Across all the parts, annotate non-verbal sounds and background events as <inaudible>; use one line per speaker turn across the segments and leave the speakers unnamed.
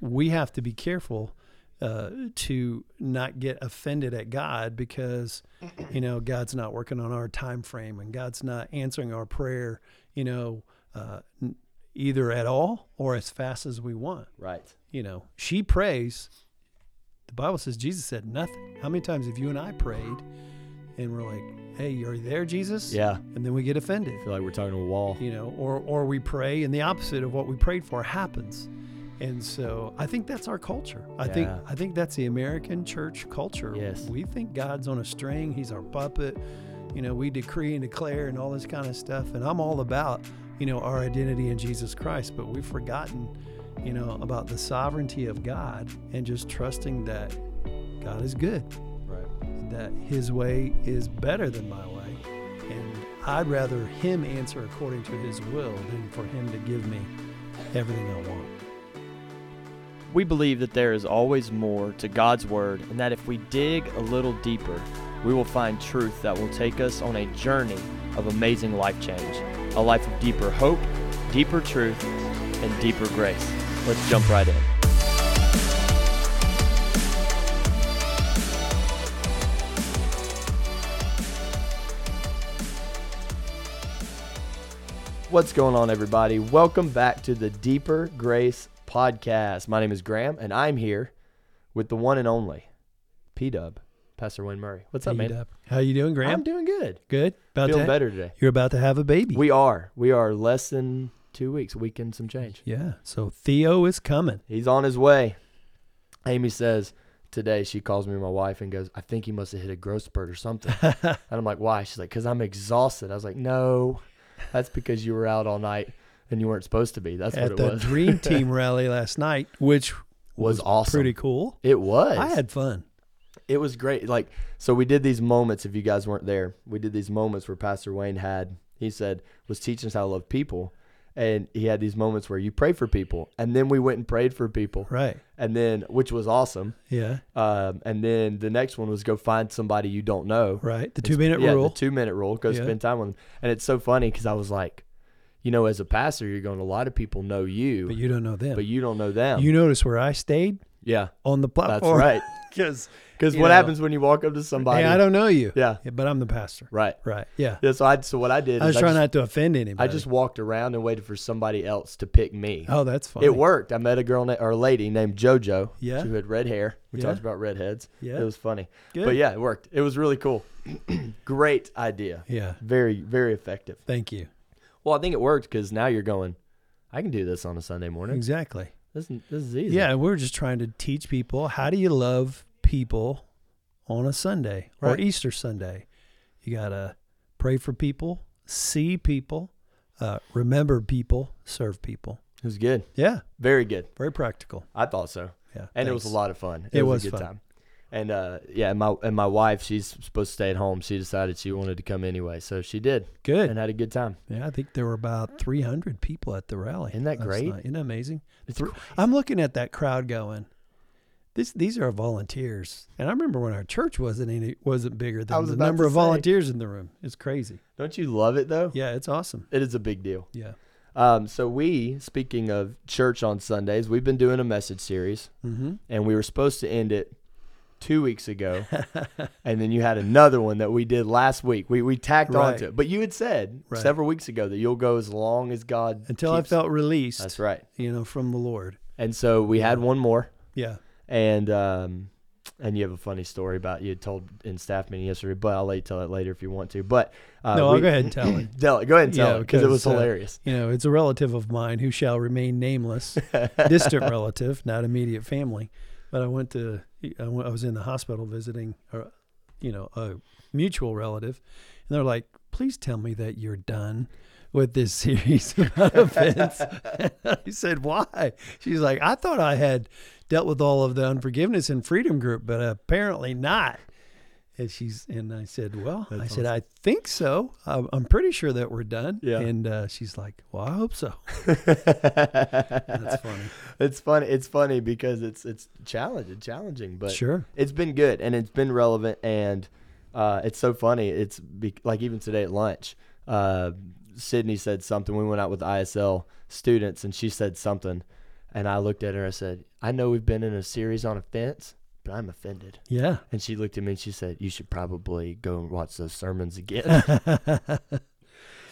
we have to be careful uh, to not get offended at God because you know God's not working on our time frame and God's not answering our prayer, you know, uh, n- either at all or as fast as we want.
Right.
You know, she prays. The Bible says Jesus said nothing. How many times have you and I prayed and we're like, "Hey, are you there, Jesus?"
Yeah.
and then we get offended
I feel like we're talking to a wall.
you know, or or we pray and the opposite of what we prayed for happens. And so I think that's our culture. I think
Yeah.
I think that's the American church culture.
Yes.
We think God's on a string, he's our puppet. You know, we decree and declare and all this kind of stuff and I'm all about, you know, our identity in Jesus Christ, but we've forgotten, you know, about the sovereignty of God and just trusting that God is good
Right.
that his way is better than my way. And I'd rather him answer according to his will than for him to give me everything I want.
We believe that there is always more to God's Word, and that if we dig a little deeper, we will find truth that will take us on a journey of amazing life change, a life of deeper hope, deeper truth, and deeper grace. Let's jump right in. What's going on, everybody? Welcome back to the Deeper Grace podcast. My name is Graham, and I'm here with the one and only P Dub, Pastor Wayne Murray. What's up,
Beat
man?
up. How you doing, Graham?
I'm doing good.
good. About
Feeling
to-
better today.
You're about to have a baby.
We are. We are less than two weeks, a week and some change.
yeah. So Theo is coming.
He's on his way. Amy says today she calls me my wife and goes, I think he must have hit a growth spurt
<laughs>
or something. and I'm like, why? She's like, because I'm exhausted. I was like, no, that's because you were out all night and you weren't supposed to be. That's what
At
it
the
was. <laughs>
Dream Team rally last night, which
was awesome.
pretty cool.
It was.
I had fun.
it was great. Like so, we did these moments. If you guys weren't there, we did these moments where Pastor Wayne had he said was teaching us how to love people, and he had these moments where you pray for people, and then we went and prayed for people,
Right.
and then which was awesome.
Yeah.
Um, and then the next one was go find somebody you don't know.
Right. The
It's-
two minute
yeah,
rule.
The two minute rule. Go
Yeah.
spend time with them. And it's so funny because I was like, you know, as a pastor, you're going. A lot of people know you,
but you don't know them.
but you don't know them.
you notice where I stayed <laughs>
yeah,
on the
that's
platform. <laughs>
right.
Because
Because
You
what
know.
happens when you walk up to somebody?
hey, I don't know you.
yeah,
Yeah, but I'm the pastor.
right.
Right. Yeah.
Yeah, so I so what I did
I was
is
trying
I, just,
not to offend anybody.
I just walked around and waited for somebody else to pick me.
Oh, that's funny.
it worked. I met a girl na- or a lady named JoJo.
Yeah.
who had red hair. We
Yeah.
talked about redheads.
Yeah.
it was funny.
Good.
But yeah, it worked. It was really cool. <clears throat> Great idea.
Yeah.
Very very effective.
Thank you.
Well, I think it worked because now you're going. I can do this on a Sunday morning.
Exactly.
This is- this is easy.
Yeah, and we were just trying to teach people how do you love people on a Sunday
Right.
or Easter Sunday. You gotta pray for people, see people, uh, remember people, serve people.
it was good.
Yeah,
Very good.
very practical.
I thought so.
Yeah,
and it was a
thanks.
lot of fun. It,
It
was, a
was
good
fun.
time. And uh, yeah, and my and my wife, she's supposed to stay at home. She decided she wanted to come anyway, so she did and
Good.
had a good time.
Yeah, I think there were about 300 people at the rally.
Isn't that
last
great?
night. Isn't that amazing?
It's
Thr- I'm looking at that crowd going. This, these are volunteers, and I remember when our church wasn't any, wasn't bigger than
was
the
about
number
to
of
say.
volunteers in the room. It's crazy.
Don't you love it though?
Yeah, it's awesome.
It is a big deal.
Yeah.
Um, so we, speaking of church on Sundays, we've been doing a message series,
Mm-hmm.
and we were supposed to end it two
<laughs>
weeks ago, and then you had another one that we did last week. We we tacked on
Right.
to it, but you had said
Right.
several weeks ago that you'll go as long as God
Until I
keeps-
felt released,
That's right.
you know, from the Lord.
And so we had one more.
Yeah.
and um, and you have a funny story about you had told in staff meeting yesterday, but I'll let you tell that later if you want to. But uh,
no,
we,
I'll go ahead and tell it.
<clears throat> Tell it. Go ahead and tell
Yeah,
it because it was
because, uh,
hilarious.
You know, it's a relative of mine who shall remain
<laughs>
nameless, distant relative, not immediate family. But I went to, I went- I was in the hospital visiting, uh, you know, a mutual relative, and they're like, "Please tell me that you're done." With this <laughs> series about offense, <laughs> I said, "Why?" She's like, "I thought I had dealt with all of the unforgiveness in Freedom Group, but apparently not." And she's and I said, "Well, I said I think so. I'm, I'm pretty sure that we're done."
Yeah.
And uh, she's like, "Well, I hope so." <laughs> uh,
<laughs>
That's funny.
it's funny. It's funny because it's it's challenging, challenging, but
Sure.
it's been good and it's been relevant and uh, it's so funny. It's be- like even today at lunch, uh, Sydney said something. We went out with ISL students and she said something, And I looked at her. I said, I know we've been in a series on offense, but I'm offended.
Yeah.
And she looked at me and she said, You should probably go and watch those sermons again.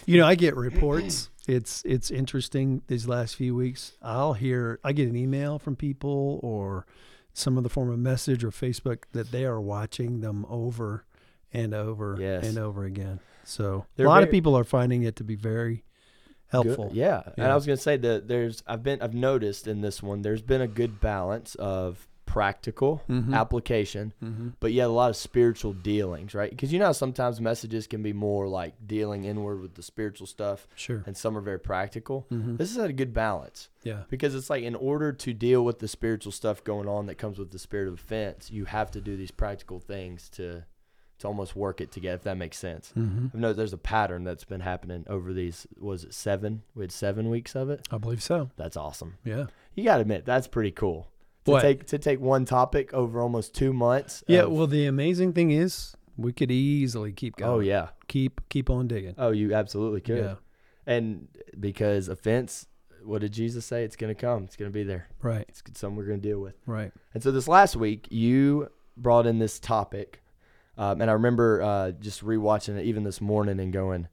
you know, I get reports. It's it's interesting these last few weeks. I'll hear I get an email from people or some other form of message or Facebook that they are watching them over and over
Yes.
and over again. So
They're
a lot of
very-
people are finding it to be very
Good-
<laughs> helpful.
Yeah. And
Yeah.
I was gonna say that there's I've been I've noticed in this one there's been a good balance of practical
Mhm.
application,
Mhm.
but yet a lot of spiritual dealings, right? Because you know how sometimes messages can be more like dealing inward with the spiritual stuff,
Sure.
and some are very practical.
Mhm.
This is a good balance
Yeah.
because it's like in order to deal with the spiritual stuff going on that comes with the spirit of offense, you have to do these practical things to to almost work it together. If that makes sense.
hmm
I've noticed there's a pattern that's been happening over these. Was it seven? We had seven weeks of it.
I believe so.
That's awesome.
Yeah.
You gotta admit that's pretty cool. To
What?
take to take one topic over almost two months.
Yeah.
of-
Well, the amazing thing is we could easily keep going.
oh yeah.
Keep keep on digging.
Oh, you absolutely could.
Yeah.
And because offense, what did Jesus say? It's gonna come. It's gonna be there.
Right.
It's something we're gonna deal with.
Right.
And so this last week, you brought in this topic, um, and I remember uh, just rewatching it even this morning and going,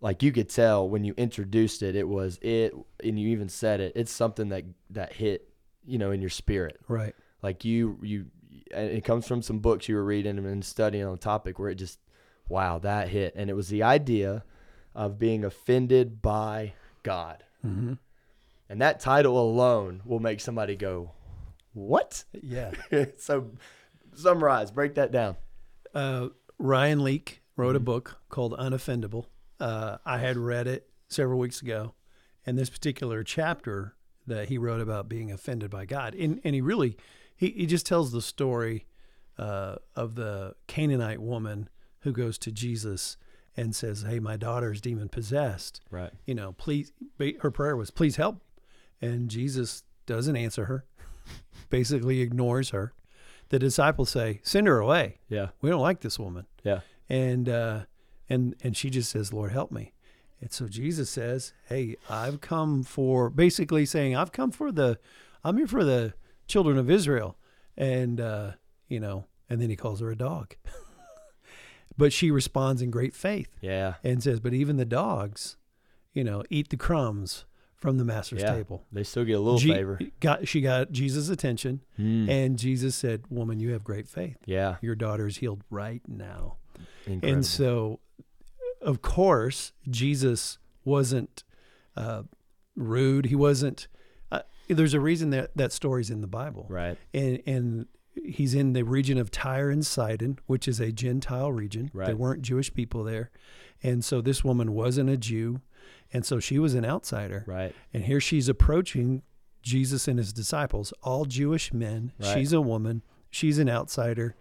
like you could tell when you introduced it, it was it, and you even said it. It's something that that hit, you know, in your spirit.
Right.
Like you you, and it comes from some books you were reading and studying on the topic where it just, wow, that hit, and it was the idea of being offended by God,
hmm
and that title alone will make somebody go, what? <laughs>
Yeah.
so summarize, break that down.
uh, Ryan Leake wrote a
Mm-hmm.
book called Unoffendable. Uh, I had read it several weeks ago, and this particular chapter that he wrote about being offended by God, and and he really he, he just tells the story uh, of the Canaanite woman who goes to Jesus and says, "Hey, my daughter's demon possessed.
Right.
You know, please." ba- Her prayer was, "Please help," and Jesus doesn't answer her. <laughs> Basically, ignores her. The disciples say, "Send her away."
Yeah.
we don't like this woman
Yeah.
and uh and and she just says lord help me and so jesus says hey i've come for basically saying i've come for the i'm here for the children of israel and uh you know and then he calls her a dog <laughs> but she responds in great faith
Yeah.
and says but even the dogs you know eat the crumbs from the master's
yeah.
table
They still get a little
Je-
favor.
got she got jesus attention
Mm.
and jesus said woman you have great faith
yeah.
your daughter is healed right now
Incredible.
and so, of course, Jesus wasn't uh, rude. He wasn't. Uh, there's a reason that that story's in the Bible,
right.
and and he's in the region of Tyre and Sidon, which is a Gentile region. There
Right.
weren't Jewish people there, and so this woman wasn't a Jew, and so she was an outsider.
Right.
And here she's approaching Jesus and his disciples, all Jewish men.
Right.
She's a woman, she's an outsider.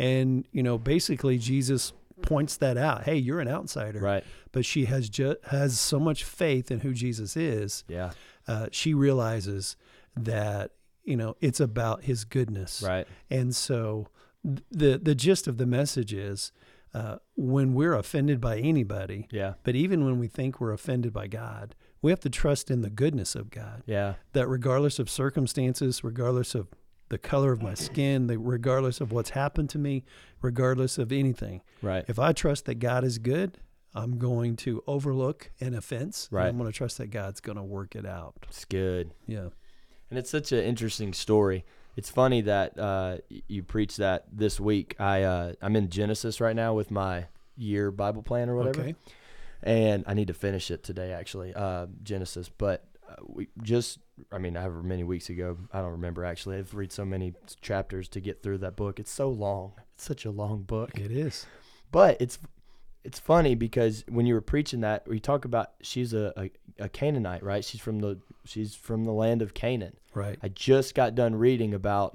And, you know, basically Jesus points that out. Hey, you're an outsider.
Right.
But she has ju- has so much faith in who Jesus is.
Yeah.
Uh, she realizes that, you know, it's about his goodness.
Right.
And so th- the the gist of the message is uh, when we're offended by anybody,
Yeah.
but even when we think we're offended by God, we have to trust in the goodness of God.
Yeah.
That regardless of circumstances, regardless of the color of my skin, the, regardless of what's happened to me, regardless of anything,
Right.
if I trust that God is good, I'm going to overlook an offense. and
Right.
I'm going to trust that God's going to work it out.
It's good.
Yeah.
And it's such an interesting story. It's funny that uh, y- you preach that this week. I uh, I'm in Genesis right now with my year Bible plan or whatever.
Okay.
and I need to finish it today actually, uh, Genesis. But uh, we just, I mean, however many weeks ago, I don't remember actually. I've read so many chapters to get through that book. It's so long. It's such a long book.
It is.
But it's it's funny because when you were preaching that, we talk about she's a, a, a Canaanite, right? She's from the she's from the land of Canaan.
Right.
I just got done reading about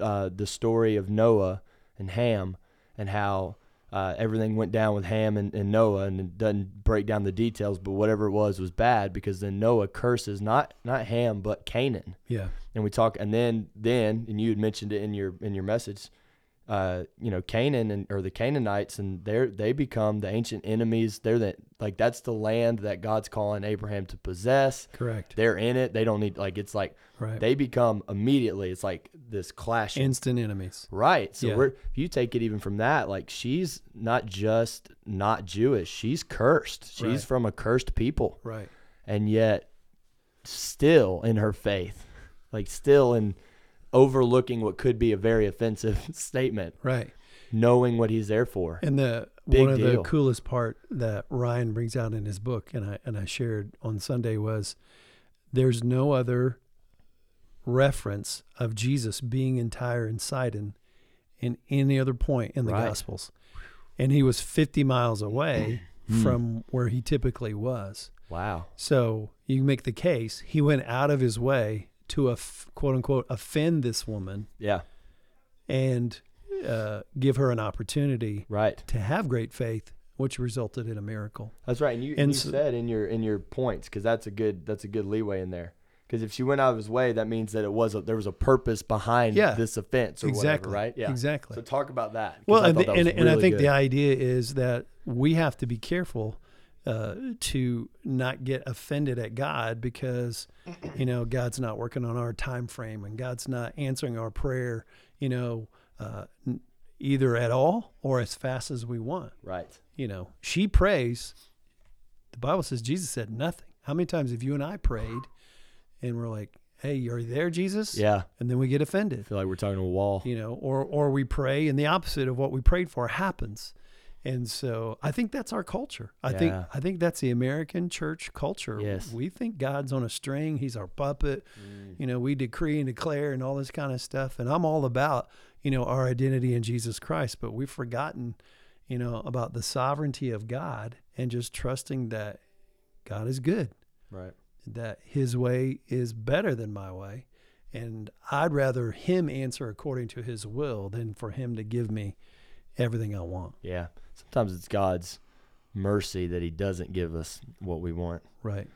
uh, the story of Noah and Ham and how uh, everything went down with Ham and, and Noah, and it doesn't break down the details, but whatever it was was bad because then Noah curses not not Ham but Canaan,
Yeah.
and we talk, and then then and you had mentioned it in your in your message uh, you know Canaan and or the Canaanites, and they they become the ancient enemies. They're the like that's the land that God's calling Abraham to possess.
Correct.
They're in it. They don't need like it's like
Right.
they become immediately. It's like this clash.
Instant enemies.
Right. So
Yeah.
we're if you take it even from that, like she's not just not Jewish, she's cursed. She's
Right.
from a cursed people.
Right.
And yet still in her faith. Like still in overlooking what could be a very offensive <laughs> statement,
Right.
knowing what he's there for.
And the
Big
one of the
deal.
coolest part that Ryan brings out in his book, and I and I shared on Sunday was there's no other reference of Jesus being in Tyre and Sidon in any other point in the
Right.
Gospels, and he was 50 miles
<clears throat>
away
Hmm.
from where he typically was.
Wow.
So you can make the case he went out of his way to aff- quote unquote offend this woman
Yeah.
and uh, give her an opportunity
Right.
to have great faith, which resulted in a miracle.
That's right. And you,
And
you
so-
said in your in your points because that's a good that's a good leeway in there. Because if she went out of his way, that means that it was a, there was a purpose behind
Yeah.
this offense or
Exactly.
whatever, right? Yeah,
Exactly.
So talk about that. 'cause
Well,
I
and,
thought
the,
that was
and, and I
really
think
good.
the idea is that we have to be careful uh, to not get offended at God because you know God's not working on our time frame and God's not answering our prayer, you know, uh, n- either at all or as fast as we want.
right.
You know, she prays. The Bible says Jesus said nothing. How many times have you and I prayed, and we're like, "Hey, you're there, Jesus?"
Yeah,
and then we get offended.
I feel like we're talking to a wall.
you know, or or we pray and the opposite of what we prayed for happens. And so I think that's our culture. I think
Yeah.
I think that's the American church culture.
Yes. Mm.
We think God's on a string, he's our puppet. You know, we decree and declare and all this kind of stuff and I'm all about, you know, our identity in Jesus Christ, but we've forgotten, you know, about the sovereignty of God and just trusting that God is good
Right.
that his way is better than my way and i'd rather him answer according to his will than for him to give me everything i want
Yeah. Sometimes it's God's mercy that He doesn't give us what we want.
right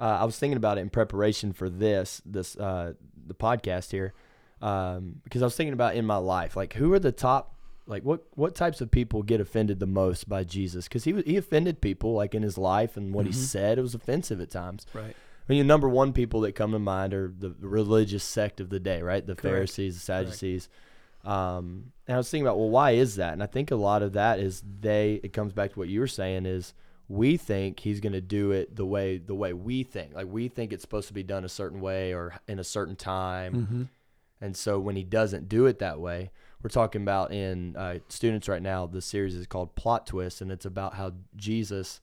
uh, I was thinking about it in preparation for this this uh, the podcast here um, because I was thinking about in my life like who are the top like what what types of people get offended the most by Jesus because he was, he offended people like in his life and what he said it was offensive at times.
right
I mean, the number one people that come to mind are the religious sect of the day, right? The
Correct.
Pharisees, the Sadducees. Um, and I was thinking about, well, why is that? And I think a lot of that is they. It comes back to what you were saying is we think he's going to do it the way the way we think. Like we think it's supposed to be done a certain way or in a certain time. And so when he doesn't do it that way, we're talking about in uh, students right now, the series is called Plot Twist, and it's about how Jesus,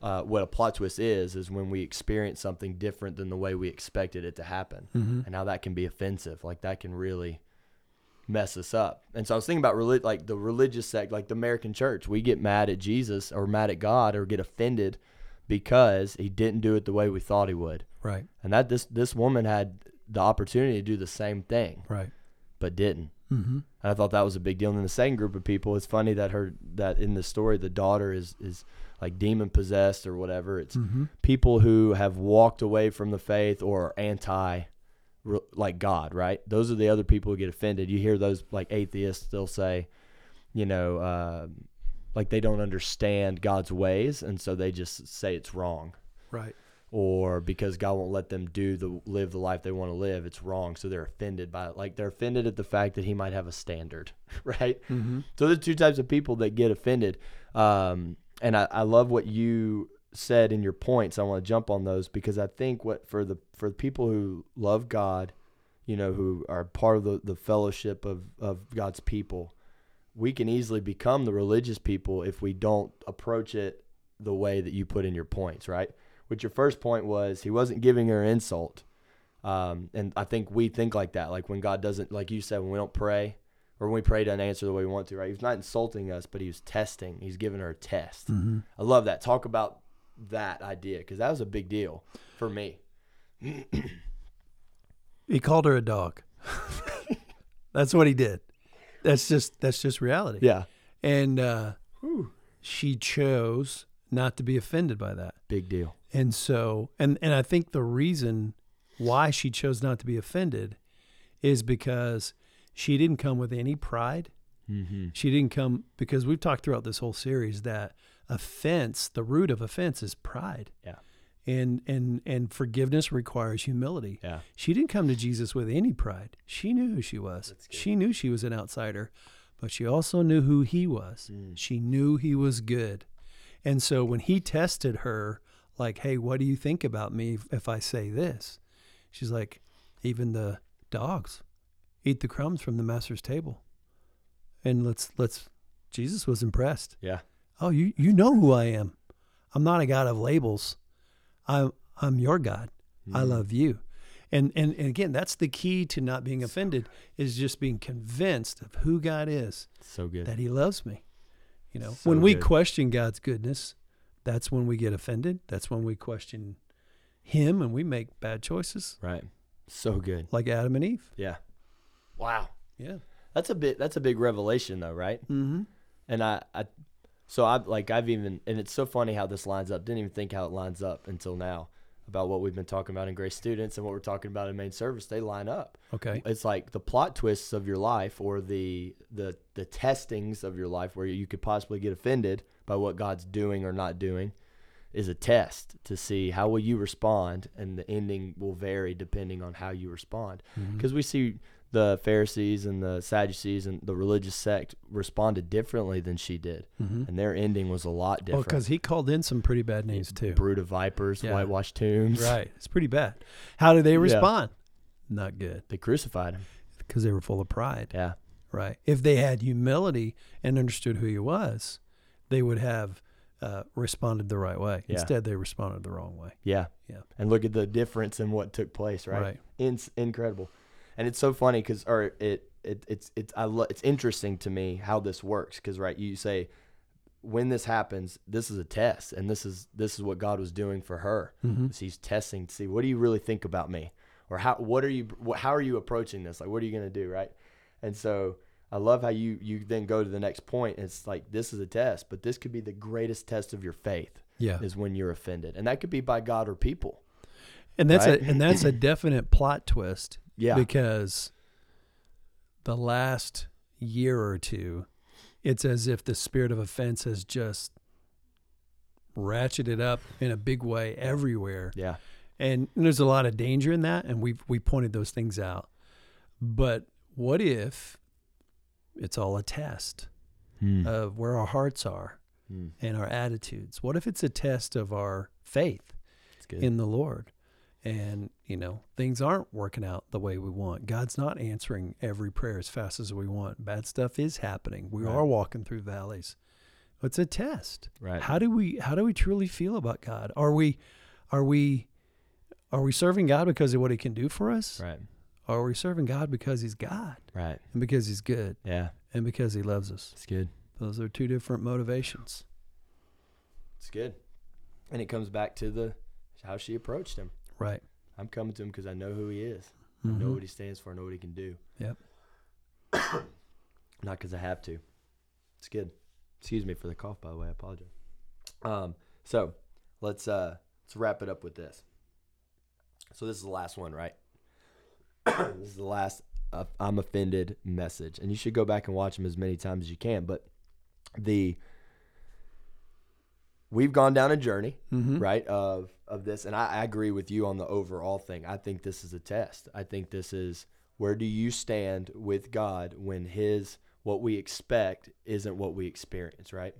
uh, what a plot twist is, is when we experience something different than the way we expected it to happen, and how that can be offensive. Like that can really mess us up. And so I was thinking about reli- like the religious sect, like the American church. We get mad at Jesus or mad at God or get offended because he didn't do it the way we thought he would.
right
And that this this woman had the opportunity to do the same thing
right
but didn't.
mm-hmm.
And I thought that was a big deal. And then the second group of people, it's funny that her that in the story the daughter is is like demon possessed or whatever. It's people who have walked away from the faith or are anti re- like God, right? Those are the other people who get offended. You hear those like atheists, they'll say, you know, uh, like they don't understand God's ways, and so they just say it's wrong
right
or because God won't let them do the live the life they want to live, it's wrong. So they're offended by it. Like they're offended at the fact that He might have a standard, <laughs> right? Mm-hmm. So there's two types of people that get offended. Um, and I, I love what you said in your points. I want to jump on those because I think what for the for people who love God, you know, who are part of the, the fellowship of, of God's people, we can easily become the religious people if we don't approach it the way that you put in your points, right? Which your first point was he wasn't giving her insult. Um, and I think we think like that. Like when God doesn't, like you said, when we don't pray or when we pray, doesn't answer the way we want to, right? He's not insulting us, but he was testing. He's giving her a test.
Mm-hmm.
I love that. Talk about that idea because that was a big deal for me.
he called her a dog <laughs> that's what he did that's just that's just reality
Yeah.
and uh, she chose not to be offended by that
Big deal.
And so, and and I think the reason why she chose not to be offended is because she didn't come with any pride.
Mm-hmm.
She didn't come because we've talked throughout this whole series that offense, the root of offense is pride.
Yeah.
And and and forgiveness requires humility.
Yeah.
She didn't come to Jesus with any pride. She knew who she was.
That's good.
She knew she was an outsider, but she also knew who he was.
Mm.
She knew he was good. And so when he tested her, like, hey, what do you think about me if, if I say this? She's like, even the dogs eat the crumbs from the master's table. And let's let's Jesus was impressed.
Yeah.
Oh, you you know who I am. I'm not a god of labels. I'm I'm your God. I
Mm.
love you. And, and and again, that's the key to not being offended is just being convinced of who God is,
So good.
that He loves me. You know,
So
when we
good.
question God's goodness, that's when we get offended. That's when we question Him and we make bad choices,
right. So good.
like Adam and Eve.
Yeah. Wow.
Yeah.
That's a bit. That's a big revelation, though, right?
Mm-hmm.
And I, I so I like I've even and it's so funny how this lines up. Didn't even think how it lines up until now about what we've been talking about in Grace Students and what we're talking about in main service. They line up.
Okay.
It's like the plot twists of your life or the the the testings of your life where you could possibly get offended by what God's doing or not doing is a test to see how will you respond and the ending will vary depending on how you respond
Mm-hmm.
because we see the Pharisees and the Sadducees and the religious sect responded differently than she did
Mm-hmm.
and their ending was a lot
Well,
different
because He called in some pretty bad names too.
brood of vipers
Yeah.
whitewashed tombs
Right. It's pretty bad. How do they
Yeah.
respond? Not good
they crucified him
because they were full of pride.
yeah
right? If they had humility and understood who he was, they would have uh, responded the right way.
Yeah.
Instead, they responded the wrong way.
yeah
Yeah.
and look at the difference in what took place right,
Right.
In- incredible and it's so funny because or it, it it's it's I lo- it's interesting to me how this works because right you say when this happens this is a test and this is this is what God was doing for her
Mm-hmm.
is he's testing to see what do you really think about me or how what are you what, how are you approaching this like what are you going to do right and so I love how you you then go to the next point and it's like this is a test but this could be the greatest test of your faith
Yeah,
is when you're offended and that could be by God or people
and that's
right?
a and
<clears throat>
that's a definite plot twist.
Yeah.
because the last year or two, it's as if the spirit of offense has just ratcheted up in a big way everywhere.
yeah
and there's a lot of danger in that and we've we pointed those things out but what if it's all a test
Hmm.
of where our hearts are
Mm.
and our attitudes what if it's a test of our faith
It's good.
in the lord and you know things aren't working out the way we want god's not answering every prayer as fast as we want bad stuff is happening we
Right.
are walking through valleys it's a test
right.
how do we how do we truly feel about god are we are we are we serving god because of what he can do for us
right.
or are we serving god because he's god
Right.
and because he's good
Yeah.
and because he loves us
It's good.
those are two different motivations
It's good. And it comes back to the how she approached him.
right
I'm coming to him because I know who he is. I know
Mhm.
what he stands for. I know what he can do.
Yep.
Not because I have to. It's good. Excuse me for the cough, by the way. I apologize. Um. So let's uh let's wrap it up with this. So this is the last one, right? <clears throat> this is the last uh, I'm offended message, and you should go back and watch them as many times as you can. But the we've gone down a journey, right? Of of this, and I, I agree with you on the overall thing. I think this is a test. I think this is where do you stand with God when His what we expect isn't what we experience, right?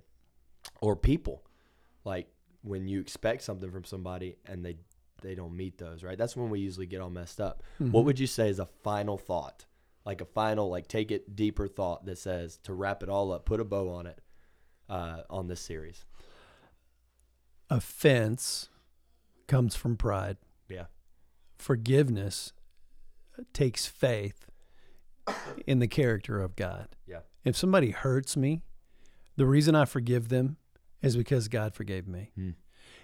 Or people, like when you expect something from somebody and they they don't meet those, right? That's when we usually get all messed up. What would you say is a final thought? Like a final, like take it deeper thought that says to wrap it all up, put a bow on it uh, on this series.
offense comes from pride
Yeah.
forgiveness takes faith in the character of god
Yeah.
if somebody hurts me, the reason I forgive them is because God forgave me.
Hmm.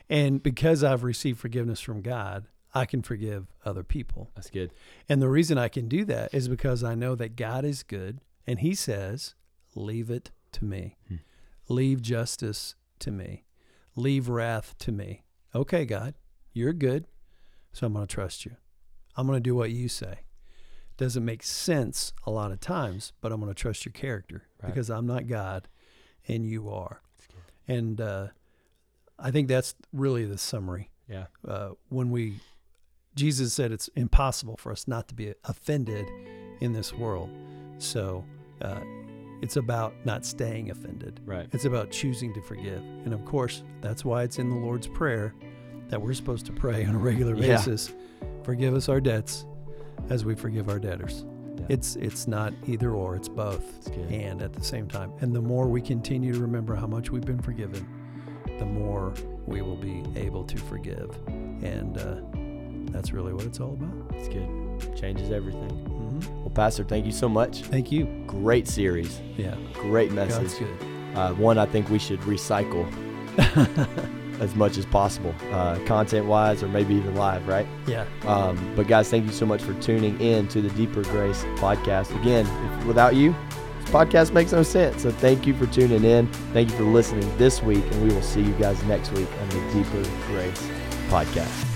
And because I've received forgiveness from God, I can forgive other people.
That's good.
And the reason I can do that is because I know that God is good and He says, Leave it to me.
Hmm.
Leave justice to me. Leave wrath to me. Okay, God, you're good. So I'm going to trust you. I'm going to do what you say. doesn't make sense a lot of times, but I'm going to trust your character
Right.
because I'm not God and you are. And uh, I think that's really the summary.
Yeah.
Uh, when we, Jesus said it's impossible for us not to be offended in this world. So uh, it's about not staying offended.
Right.
It's about choosing to forgive. And of course, that's why it's in the Lord's Prayer that we're supposed to pray on a regular
Yeah.
basis. Forgive us our debts as we forgive our debtors.
Yeah.
It's it's not either or, it's both.
It's good.
And at the same time. And the more we continue to remember how much we've been forgiven, the more we will be able to forgive. And uh, that's really what it's all about.
It's good. Changes everything.
Mhm.
Well, Pastor, thank you so much.
Thank you.
Great series.
Yeah.
Great
God's
message.
good.
Uh, one I think we should <laughs> recycle as much as possible, uh, content wise or maybe even live, right?
Yeah.
Um, but guys, thank you so much for tuning in to the Deeper Grace podcast. Again, if, without you, this podcast makes no sense. So thank you for tuning in. Thank you for listening this week, and we will see you guys next week on the Deeper Grace podcast.